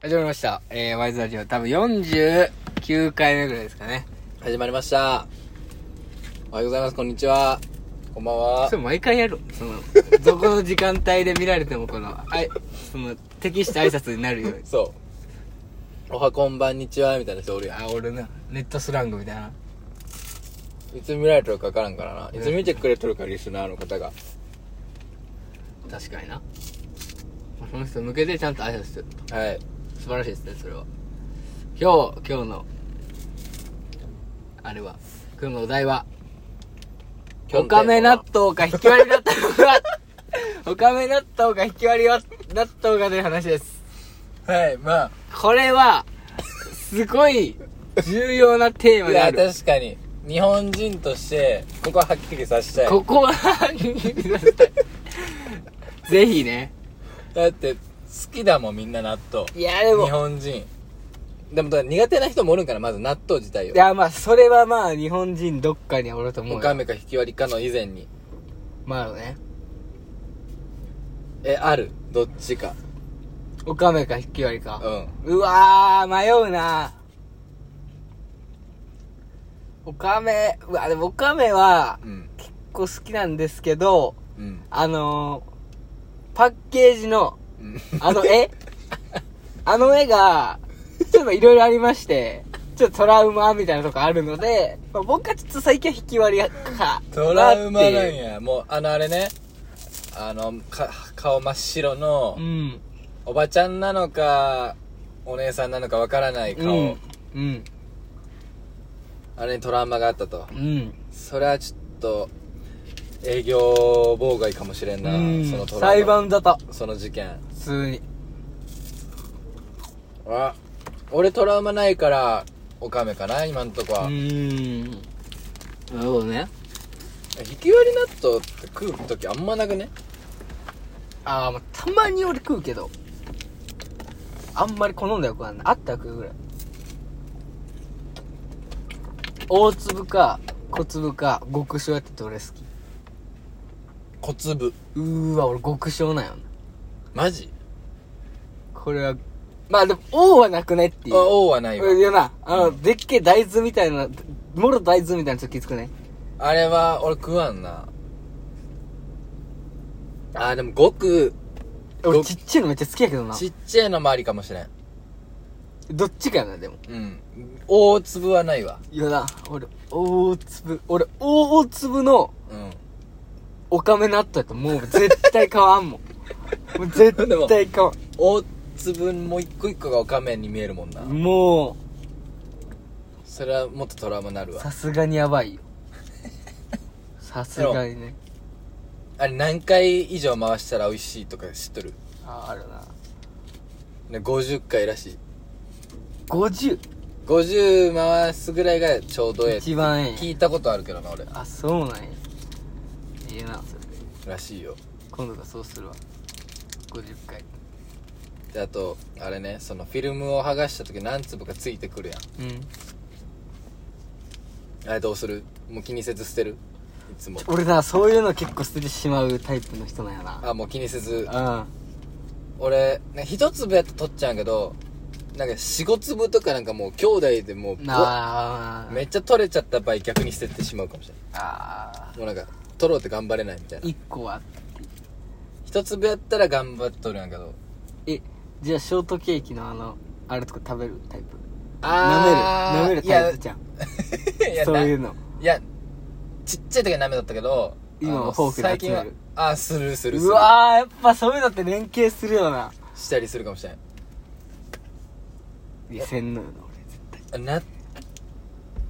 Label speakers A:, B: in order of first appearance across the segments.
A: 始まりました。えー、ワイズラジオ、多分49回目ぐらいですかね。
B: 始まりました。おはようございます。こんにちは。こんばんは
A: そ。れ毎回やる。その、 どこの時間帯で見られても、この、あい、その、適した挨拶になるように。
B: そう。おはこんばんにちは、みたいな人おるや
A: あ、俺な、ネットスラングみたいな。
B: ん。いつ見られてるかわからんからな。いつ見てくれてるか、リスナーの方が。
A: 確かにな。まあその人向けてちゃんと挨拶する。
B: はい。
A: 素晴らしいですね、それは。今日、今日の、あれは、今日のお題は、
B: 今
A: お
B: 日のテーマは
A: かめ納豆か引き割り納豆か、 おかめ納豆か引き割り納豆かという話です。
B: はい、まあ。
A: これは、すごい、重要なテーマ
B: い
A: であ
B: や、
A: る。
B: 確かに。日本人として、ここははっきりさせたい。
A: ここは ぜひね。
B: だって、好きだもん、みんな納豆。
A: いや、でも
B: 日、本人。でも、だから苦手な人もおるんから、まず納豆自体
A: い
B: を。
A: や、まあ、それはまあ、日本人どっかにおると思
B: お
A: う
B: か
A: よ。
B: めか引き割りかの以前に。
A: まあね。
B: え、ある。どっちか。
A: おかめか引き割りか。
B: うん。
A: うわー、迷うなおかめ、うわ、でもおかめは、
B: うん。
A: こう好きなんですけど、
B: うん。
A: あのー、パッケージの、
B: うん。
A: あの絵あの絵が、ちょっといろいろありまして、ちょっとトラウマみたいなとこあるので、まあ、僕はちょっと最近は引き割りか。
B: トラウマなん
A: なっていう
B: や。もう、あの、あれね。あの、か、顔真っ白の
A: う、ん。
B: おばちゃんなのか、お姉さんなのかわからない
A: うん。う
B: 顔、
A: ん。うん。
B: あれにトラウマがあったと。
A: うん。
B: それはちょっと、営業妨害かもしれんな、そのトラウマ。
A: 裁判だと、
B: その事件。
A: 普通に。
B: あ、俺トラウマないから、オカメかな、今んと
A: う
B: こは。
A: ーん。なるほどね。
B: 引き割り納豆って食う時あんまなくね
A: ああ、まあ、たまに俺食うけど、あんまり好んだよくはない。あったら食うぐらい。大粒か、小粒か、極小やってて俺好き。
B: 小粒。
A: うーわ、俺極小なんよな。
B: マジ
A: これは、まあでも、王はなくねってい
B: あ、
A: う。
B: 王はないわ。
A: いやな、あの、でっけえ大豆みたいな、もろ大豆みたいなちょっときつくね。
B: あれは、俺食わんな。あ、でも、ごく、
A: 俺
B: ご
A: ちっちゃいのめっちゃ好きやけどな。
B: ちっちゃいのもありかもしれん。
A: どっちかやな、でも。
B: うん。大粒はないわ。
A: いやな、俺、大粒、俺、大粒の、
B: うん。
A: おかめ納豆やともう絶対変わんもん。 もう絶対変わ
B: 大粒も一個一個がおかめに見えるもんな。
A: ん。も
B: それはもっとトラウマになる
A: う、
B: わ。
A: さすがにやば いよ。さすがにね。
B: あれ何回以上回したら美味しいとか知っとる
A: あ、あるな。
B: ね、50回らしい。
A: 50。
B: 50回すぐらいがちょうどええって
A: 一番え
B: 聞
A: え。
B: いたことあるけどな、俺。
A: あ、そうなんや。いいな、それ。
B: らしいよ。
A: 今度がそうするわ。50回。
B: で、あと、あれね、そのフィルムを剥がした時何粒かついてくるやん。
A: うん。
B: あれどうするもう気にせず捨てるいつも
A: 俺な、そういうの結構捨ててしまうタイプの人なんやな。
B: あもう気にせず
A: うん。
B: 俺ね一粒やったら取っちゃうんやけどなんか45粒とかなんかもう兄弟でもうぶわ
A: なあ。
B: めっちゃ取れちゃった場合逆に捨ててしまうかもしれ
A: あ
B: ないもうなんか取ろうって頑張れないみたいな
A: 1個は
B: 一粒やったら頑張っとるんやけど
A: えじゃあショートケーキのあのあれとか食べるタイプ
B: あー
A: 舐める舐めるタイプじゃん
B: いやいや
A: そう
B: ないいう
A: の
B: やちっちゃい時は舐めだったけど
A: 今は
B: あの
A: フォークで
B: 最近は
A: 集める
B: あするするす
A: う
B: る
A: わーやっぱそういうのって連携するよな
B: したりするかもしれない
A: いやせんのよな俺絶対
B: あ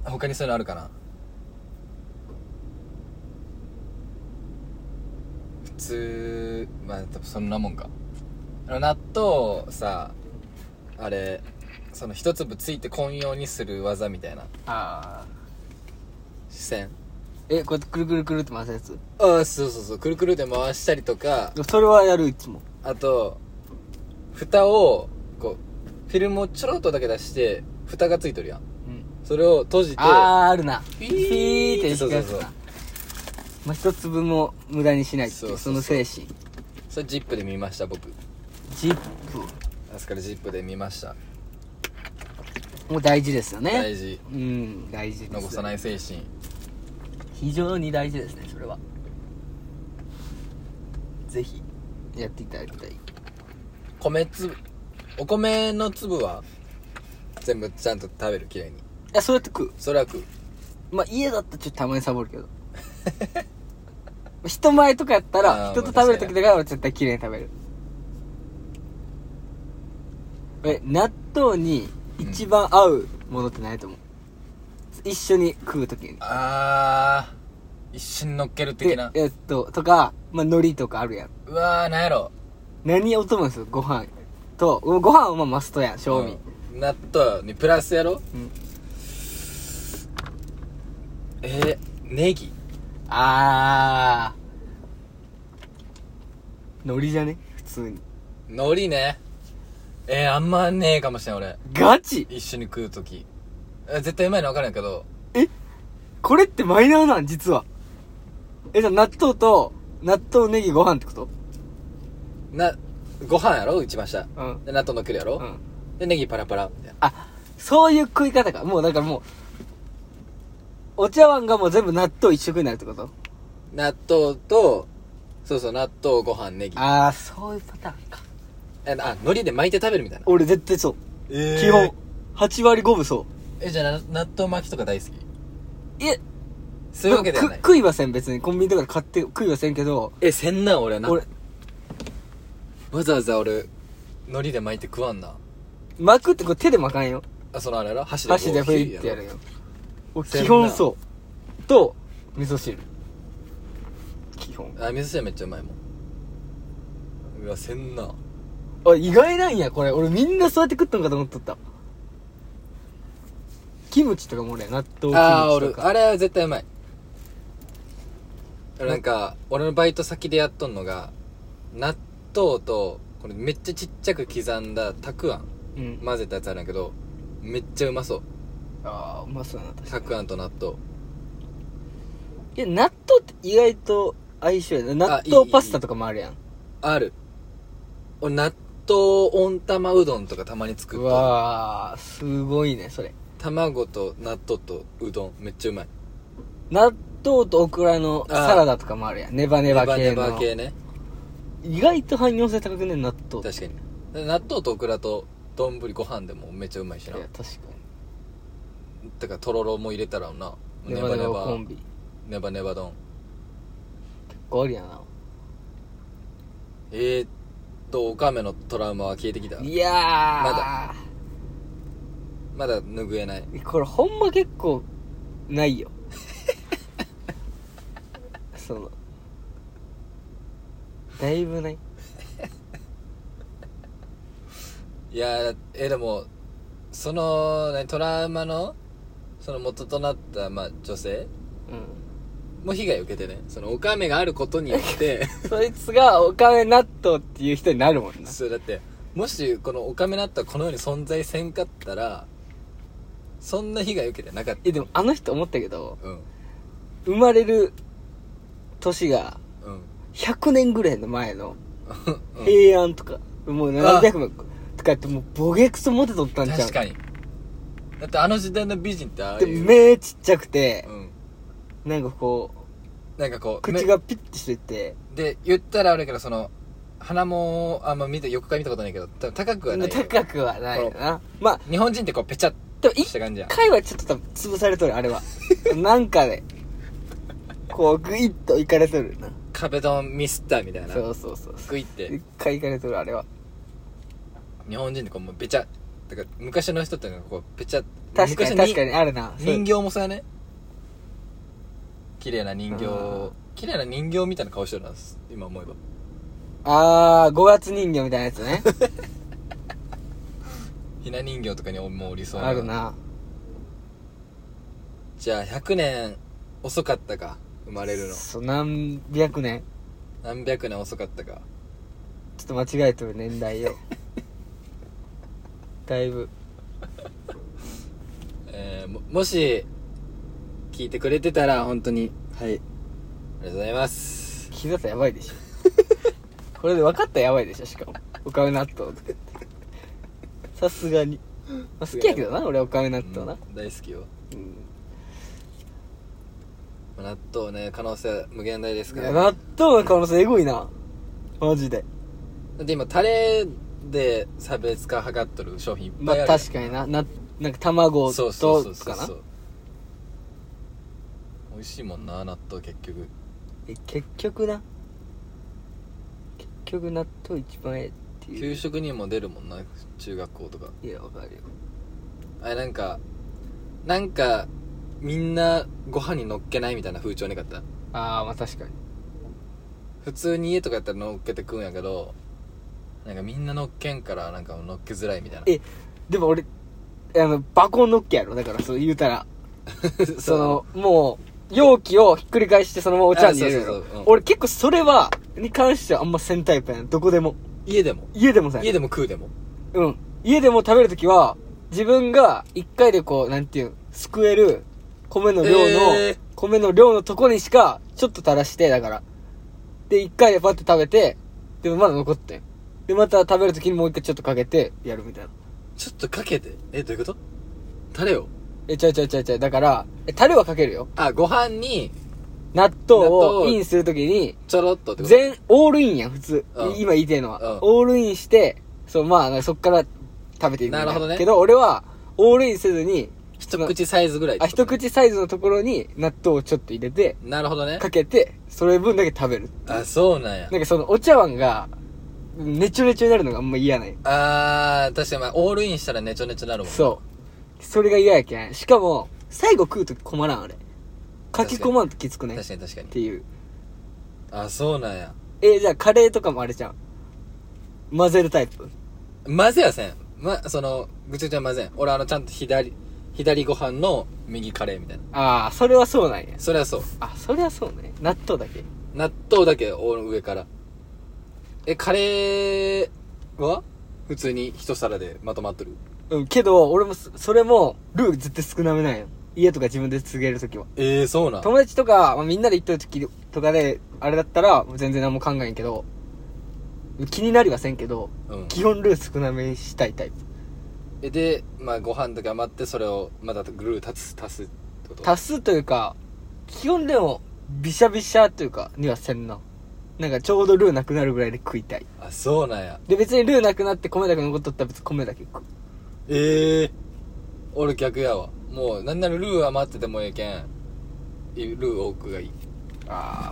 B: な他にそういうのあるかな普通まあ多分そんなもんかあの納豆さあれその一粒ついて混用にする技みたいな
A: ああ
B: 視線
A: えこうやってくるくるくるって回すやつ
B: ああそうそうそうくるくるで回したりとか
A: それはやるいつも
B: あと蓋をこうフィルムをちょろっとだけ出して蓋がついとるやん
A: うん
B: それを閉じて
A: あーあるな
B: ピ
A: ピ
B: ー
A: ーって
B: そう
A: 引く
B: そ
A: やつ
B: うそう
A: なまあ一粒も無駄にしないってい
B: そううそ
A: そう
B: そ
A: の精
B: う
A: 神
B: それジップで見ました僕
A: ジップ
B: あそこからジップで見ました
A: もう大事ですよね
B: 大事
A: うん大事です
B: 残さない精神
A: 非常に大事ですねそれはぜひやっていただきたい
B: 米粒お米の粒は全部ちゃんと食べるきれいに
A: あそうやって食う
B: それは食う
A: まあ家だったらちょっとたまにサボるけど 人前とかやったら
B: あー
A: 人と食べる時だから俺絶対綺麗に食べるえ納豆に一番合うものってないと思う、一緒に食う時に
B: あー一瞬乗っける的な
A: でえっととか、まあ、海苔とかあるやん
B: うわーなんやろ
A: 何をともですよご飯とご飯はまあマストやん賞味、
B: うん納豆にプラスやろ
A: うん
B: えー、ネギ
A: あー。ノリじゃね普通に。
B: 海苔ねえー、あんまねえかもしれん俺
A: ガチ
B: 一緒に食う時え絶対うまいの分かるんやけど
A: これってマイナーなん実は。え、じゃあ納豆と、納豆ネギご飯ってこと
B: なご飯やろ一番下
A: うん。
B: で納豆乗っけるやろ、
A: うん。
B: でネギパラパラみたいな
A: あ、そういう食い方か。もうだからもう、お茶碗がもう全部納豆一色になるってこと
B: 納豆とそうそう納豆ご飯ネギ
A: あー、そういうパターンか。
B: えあ海苔で巻いて食べるみたいな
A: 俺絶対そう。
B: え
A: 基本、8割5分そ
B: えじゃあな納豆巻きとか大好き
A: う。え、
B: そういうわけでは
A: く
B: ない
A: 食いはせん別に。コンビニとかで買って食いはせんけど、
B: えせんなん俺はな
A: 俺、
B: わざわざ俺海苔で巻いて食わんな
A: 巻くってこれ手で巻かんよ。
B: あそのあれやろ箸で
A: 箸で
B: こ
A: ふ
B: う
A: いってやるよ俺
B: せんな
A: 基本そうと味噌汁基本
B: あ味噌汁めっちゃうまいもんうわせんな
A: あ意外なんやこれ俺みんなそうやって食ったんかと思っとったキムチとかも俺納豆
B: ああ
A: キムチ
B: 俺
A: とか
B: あれは絶対うまいなんか俺のバイト先でやっとんのが納豆とこれめっちゃちっちゃく刻んだたくあん
A: うん
B: 混ぜたやつあるんやけどめっちゃうまそう
A: ああうまそうやな確か
B: たくあんと納豆
A: にいや納豆って意外と相性やな納
B: いいい
A: 豆
B: い
A: パスタとかもあるやん
B: ある俺納豆温玉うどんとかたまに作
A: う
B: っと
A: わーすごいねそれ
B: 卵と納豆とうどんめっちゃうまい
A: 納豆とオクラの
B: あー
A: サラダとかもあるやんネバネバ系
B: ネバネ
A: の
B: バ系ね
A: 意外と汎用性高くね納豆
B: 確かにで納豆とオクラと丼ご飯でもめっちゃうまいしない
A: や確か
B: だからとろろも入れたらな
A: にネバネバコンビ
B: ネバネバ丼
A: ゴリやな
B: えー、っとオカメのトラウマは消えてきた
A: いやーま
B: まだ拭えない
A: だこれほんま結構ない よそのだいぶない
B: いやーえーでもその何トラウマのその元となった、まあ、女性
A: うん
B: も被害を受けてねそのオカメがあることによって
A: そいつがお金納豆っていう人になるもんな
B: そうだってもしこのオカメだったらこの世に存在せんかったらそんな被害受けてなかった
A: えでもあの人思ったけど
B: うん
A: 生まれる年が
B: うん
A: 100年ぐらいの前の
B: うん
A: 平安とか、もう何百万とかやってもうボゲクソモテとったんちゃう
B: 確かにだってあの時代の美人ってああい
A: で
B: う
A: 目ちっちゃくて
B: う、ん
A: なんかこう
B: なんかこう
A: 口
B: 目
A: がピッてしてて
B: で言ったらあれやけどその鼻もあんま見て横から見たことないけど多分高くはないよ
A: 高くはないよなまあ
B: 日本人ってこうペチャッ
A: でも
B: し
A: 一
B: た感じやん
A: 回はちょっと多分潰されとるあれ はなんかでこうグイッといかれとるな
B: 壁ドンミスったみたいな
A: そうそうそうそう
B: グイって
A: 一回いかれとるあれは
B: 日本人ってこうもうペチャッだから昔の人ってこうペチャッ
A: 確かに
B: 昔
A: 確かにあるなそう
B: 人形もそうやね綺麗な人形
A: うん
B: 綺麗な人形みたいな顔してるな今思えば
A: ああ5月人形みたいなやつね
B: ひな人形とかにもうおりそう
A: あるな
B: じゃあ100年遅かったか生まれるの
A: そう何百年
B: 何百年遅かったか
A: ちょっと間違えとる年代 よだいぶ
B: えーももし聞いてくれてたら本当にはいありがとうございます
A: 膝さやばいでしょこれで分かったらやばいでしょしかもお金納豆とかってさすがに、まあ、好きやけどな俺おかめ納豆な、
B: うん大好きよ
A: うん
B: まあ納豆ね可能性無限大ですか
A: いや
B: ら、
A: 納豆の可能性エグいなマジで
B: だって今タレで差別化図っとる商品いっ
A: ま
B: ぱいあ
A: あ
B: る、
A: 確かになななんか卵
B: そ
A: と
B: うそうそうそう
A: かな
B: そう美味しいもんな納豆結局
A: え結局な結局納豆一番ええってい
B: 給
A: う
B: 食にも出るもんな中学校とか
A: いやわかるよ
B: あれなんかなんかみんなご飯に乗っけないみたいな風潮なかった
A: ああまあ確かに
B: 普通に家とかやったら乗っけて食うんやけどなんかみんな乗っけんからなんか乗っけづらいみたいな
A: えでも俺あのバコンノッケやろだからそう言うたらそのもう容器をひっくり返してそのままお茶碗に入れるやろ
B: あそうそうそううん
A: 俺結構それはに関してはあんませんタイプやんどこでも
B: 家でも
A: 家でもさやな
B: 家でも食うでも
A: うん。家でも食べるときは、自分が一回でこう、なんていうん、すくえる米の量の、
B: えー
A: 米の量のとこにしか、ちょっと垂らして、だから。で、一回でパッて食べて、でもまだ残ってん。で、また食べるときにもう一回ちょっとかけて、やるみたいな。
B: ちょっとかけてえどういうことタレを
A: え、ちゃうちゃうちゃうちゃう。だから、え、タレはかけるよ。
B: あご飯に
A: 納豆
B: 納
A: を
B: 豆
A: インするときに、
B: ちょろっとってこと
A: 全、オールインやん、普通。
B: うん
A: 今言いたいのは、
B: うん
A: オールインして、そう、まあ、なんかそっから食べていくみたい
B: なるほどね
A: けど、俺は、オールインせずに、
B: 一口サイズぐらいって
A: あ、
B: こと
A: 一口サイズのところに納豆をちょっと入れて、
B: なるほどね
A: かけて、それ分だけ食べる。
B: あそうなんや
A: なんかそのお茶碗が、ねちょねちょになるのがあんま嫌ない。
B: あー確かにまあオールインしたらネチョネチョなるもん
A: そう。それが嫌やけん。しかも、最後食うとき困らん、あれ。かき込まんときつくね。っ
B: 確かに確かに
A: ていう。
B: あそうなんや
A: えじゃあカレーとかもあれじゃん。混ぜるタイプ。
B: 混ぜやせんまそのぐちゃぐちゃ混ぜん俺あのちゃんと左左ご飯の右カレーみたいな
A: ああ、それはそうなんや。
B: それはそう
A: あ、それはそうね。納豆だけ。
B: 納豆だけお上からえカレーは普通に一皿でまとまっとる
A: うん、けど、俺もそ、それも、ルー絶対少なめなんよ。家とか自分で告げるときは。
B: ええー、そうなん
A: 友達とか、まあ、みんなで行っとる時とかで、あれだったら、もう全然何も考えんけど、気になりはせんけど、
B: うん
A: 基本ルー少なめにしたいタイプ。
B: えでまあご飯だけ余ってそれをまたグルー足す足すってこと
A: 足すというか、基本でも、ビシャビシャというか、にはせんな。なんかちょうどルーなくなるぐらいで食いたい。
B: あそうなんや
A: で、別にルーなくなって米だけ残っとったら別に米だけ食う。
B: ええ俺逆やわもうなんならルー余っててもええけんいルー多くがいい
A: ああ。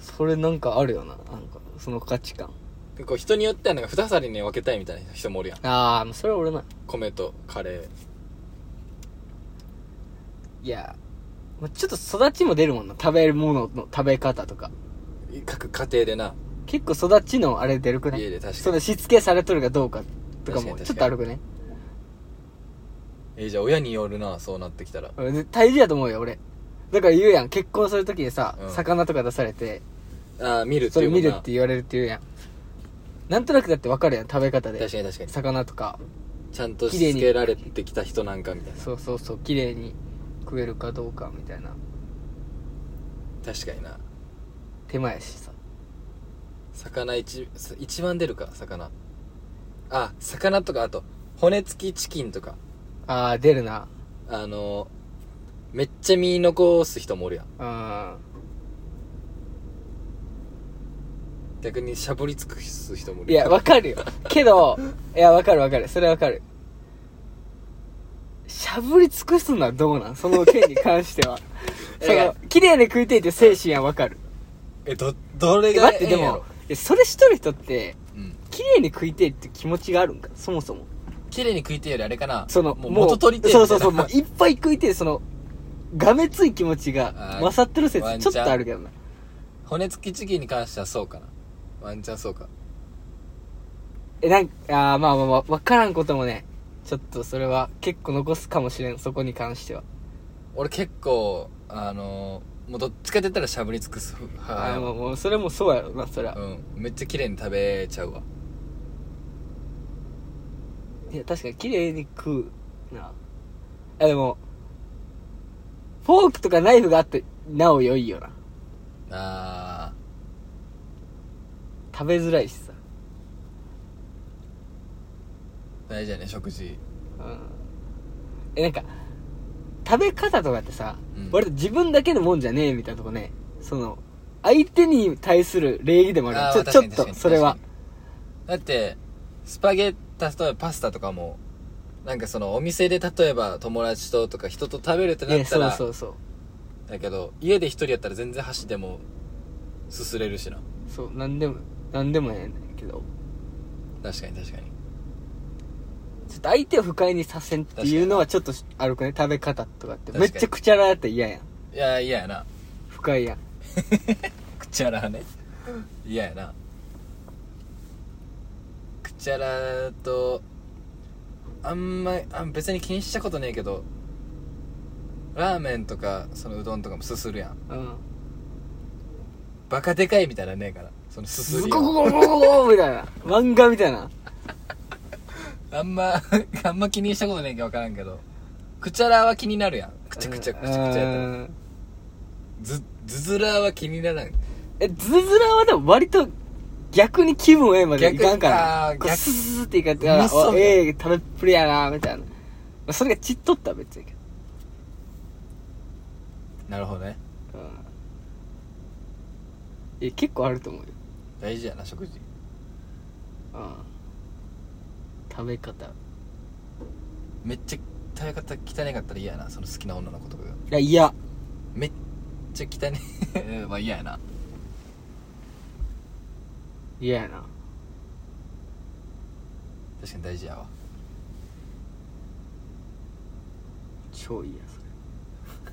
A: それなんかあるよな。なんか、その価値観。
B: 結構人によってはなんか2皿に分けたいみたいな人もおるやん
A: ああ、もうそれは俺ない。
B: 米とカレー
A: いや、まあちょっと育ちも出るもんな。食べるものの食べ方とか。
B: 各家庭でな
A: 結構育ちのあれ出るくない
B: 家で確かに
A: そのしつけされとるかどうかとか
B: 確か
A: も
B: に確かに
A: ちょっとあるくね
B: えーじゃあ親によるなそうなってきたら
A: 俺絶対大事やと思うよ俺だから言うやん結婚するときにさ、
B: うん
A: 魚とか出されて
B: ああ見るって
A: そ
B: い
A: れ
B: うも
A: 見
B: んな
A: るって言われるって言うやんなんとなくだって分かるやん食べ方で
B: 確かに確かに
A: 魚とか
B: ちゃんとしつけられてきた人なんかみたいな
A: そうそうそう綺麗に食えるかどうかみたいな
B: 確かにな
A: 手間やしさ
B: 魚一一番出るか魚あ魚とかあと骨付きチキンとか
A: ああ出るな
B: あのめっちゃ身残す人もおるやん
A: うん
B: 逆にしゃぶり尽くす人もいる
A: いや、わかるよ。けど、いや、わかるわかる。それはわかる。しゃぶり尽くすのはどうなんその件に関して は。
B: い
A: そ
B: や
A: の、綺麗に食いていって精神はわかる。
B: えどどれ
A: え
B: が
A: 待っ
B: え
A: て、
B: え
A: で
B: んや
A: も
B: ろ、
A: えそれしとる人って、
B: うん
A: 綺麗に食いてえって気持ちがあるんかそもそも。
B: 綺麗に食いてえよりあれかな
A: その、
B: もう元取りてえ
A: そうそうそう。
B: みた
A: も
B: いう
A: いっぱい食いてえ、その、がめつい気持ちが
B: あー
A: 勝ってる
B: ワン
A: 説
B: チャ
A: ちょ
B: ン
A: っとあるけどな。
B: な 骨付きチキンに関してはそうかなワンチャンそうか
A: え、なんか、あーまあまあまあ、わからんこともね、ちょっとそれは結構残すかもしれん、そこに関しては。
B: 俺結構あのもうどっちかって言ったらしゃぶり尽くす派
A: あ
B: や
A: ーも
B: わ
A: うもうそれもそうやろなそれは、
B: うんめっちゃ綺麗に食べちゃうわ
A: いや確かに綺麗に食うなあでもフォークとかナイフがあってなお良いよな
B: あ
A: 食べづらいしさ
B: 大事やね食事
A: うんえなんか食べ方とかってさ、
B: うん
A: 割と自分だけのもんじゃねえみたいなとこねその相手に対する礼儀でもある
B: あ
A: ちょ
B: ー
A: ちょ
B: 確
A: っ
B: かに確か
A: と
B: に
A: それは
B: だってスパゲッタ例えばパスタとかもなんかそのお店で例えば友達ととか人と食べるってな
A: ね
B: った
A: そう
B: ら、
A: そうそう
B: だけど家で一人やったら全然箸でもすすれるしな
A: そうなんでもなんでもええねんけど
B: 確かに確かに
A: ちょっと相手を不快にさせんっていうのはちょっとあるくね食べ方とかって
B: 確か
A: め
B: に
A: っちゃくちゃらやったら嫌やん
B: いや嫌やな
A: 不快やん
B: くちゃらはね嫌やなくちゃらとあんまあ別に気にしたことねえけどラーメンとかそのうどんとかもすするやん
A: うん
B: バカでかいみたいなのねえからそのすす
A: ズ
B: り
A: コ
B: を
A: ゴゴゴゴゴみたいな漫画みたいな
B: あんま あんま気にしたことねえけど分からんけどくちゃらは気になるやんくちゃくちゃくちゃくちゃやった
A: う
B: ら
A: ん
B: ずずずらは気にならん
A: えズズラはでも割と逆に気分ええまでいかんか
B: 逆
A: ら
B: に
A: こう
B: あー逆
A: スススっていかんか
B: う
A: ら
B: まそう
A: おええ食べっぷりやなみたいなまあそれがちっとったら別にいいけ
B: なるほどね
A: どうんいや結構あると思うよ
B: 大事やな食事
A: うん食べ方い
B: めっちゃ食べ方汚ねかったら嫌やなその好きな女の子とかが
A: やいや
B: めっちゃ汚ねまあ嫌やない
A: ややな
B: 確かに大事やわ
A: 超いいやそれ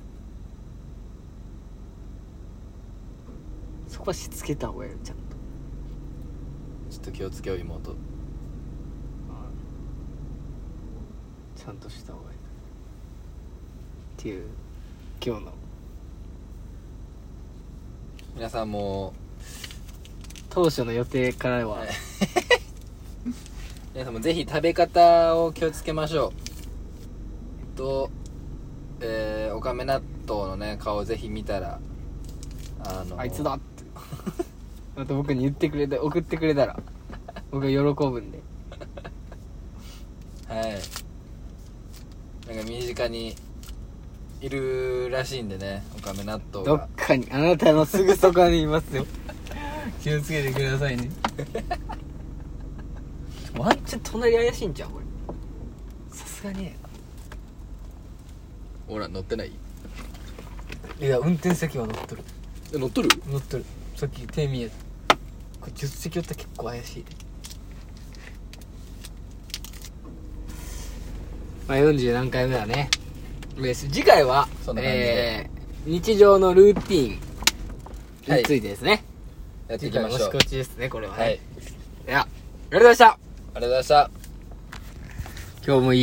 A: そこはしつけた方がいいよちゃんと
B: ちょっと気をつけよう妹
A: ちゃんとした方がいいっていう今日の
B: 皆さんも
A: 当初の予定からは
B: 皆さんもぜひ食べ方を気をつけましょうえっとえー、おかめ納豆のね顔ぜひ見たらあの
A: あいつだって また僕に言ってくれて送ってくれたら僕は喜ぶんで
B: はいなんか身近にいるらしいんでねおかめ納豆
A: ど
B: が
A: っかにあなたのすぐそこにいますよ
B: 気をつけてくださいね
A: ワンチャン隣怪しいんちゃうこれさすがに
B: ほら乗ってない
A: いや運転席は乗っとる
B: え乗っとる
A: 乗っとるさっき手見えたこれ10席寄ったら結構怪しいでまあ40何回目だねです次回は
B: そんな感じ
A: え
B: で
A: ー、日常のルーティンについてですね、
B: やってい
A: 次
B: き
A: 回
B: ま
A: も
B: しょ
A: し
B: う
A: こちですねこれはね、
B: はいあり
A: ではありがとうございました
B: がとうございました
A: 今日もいい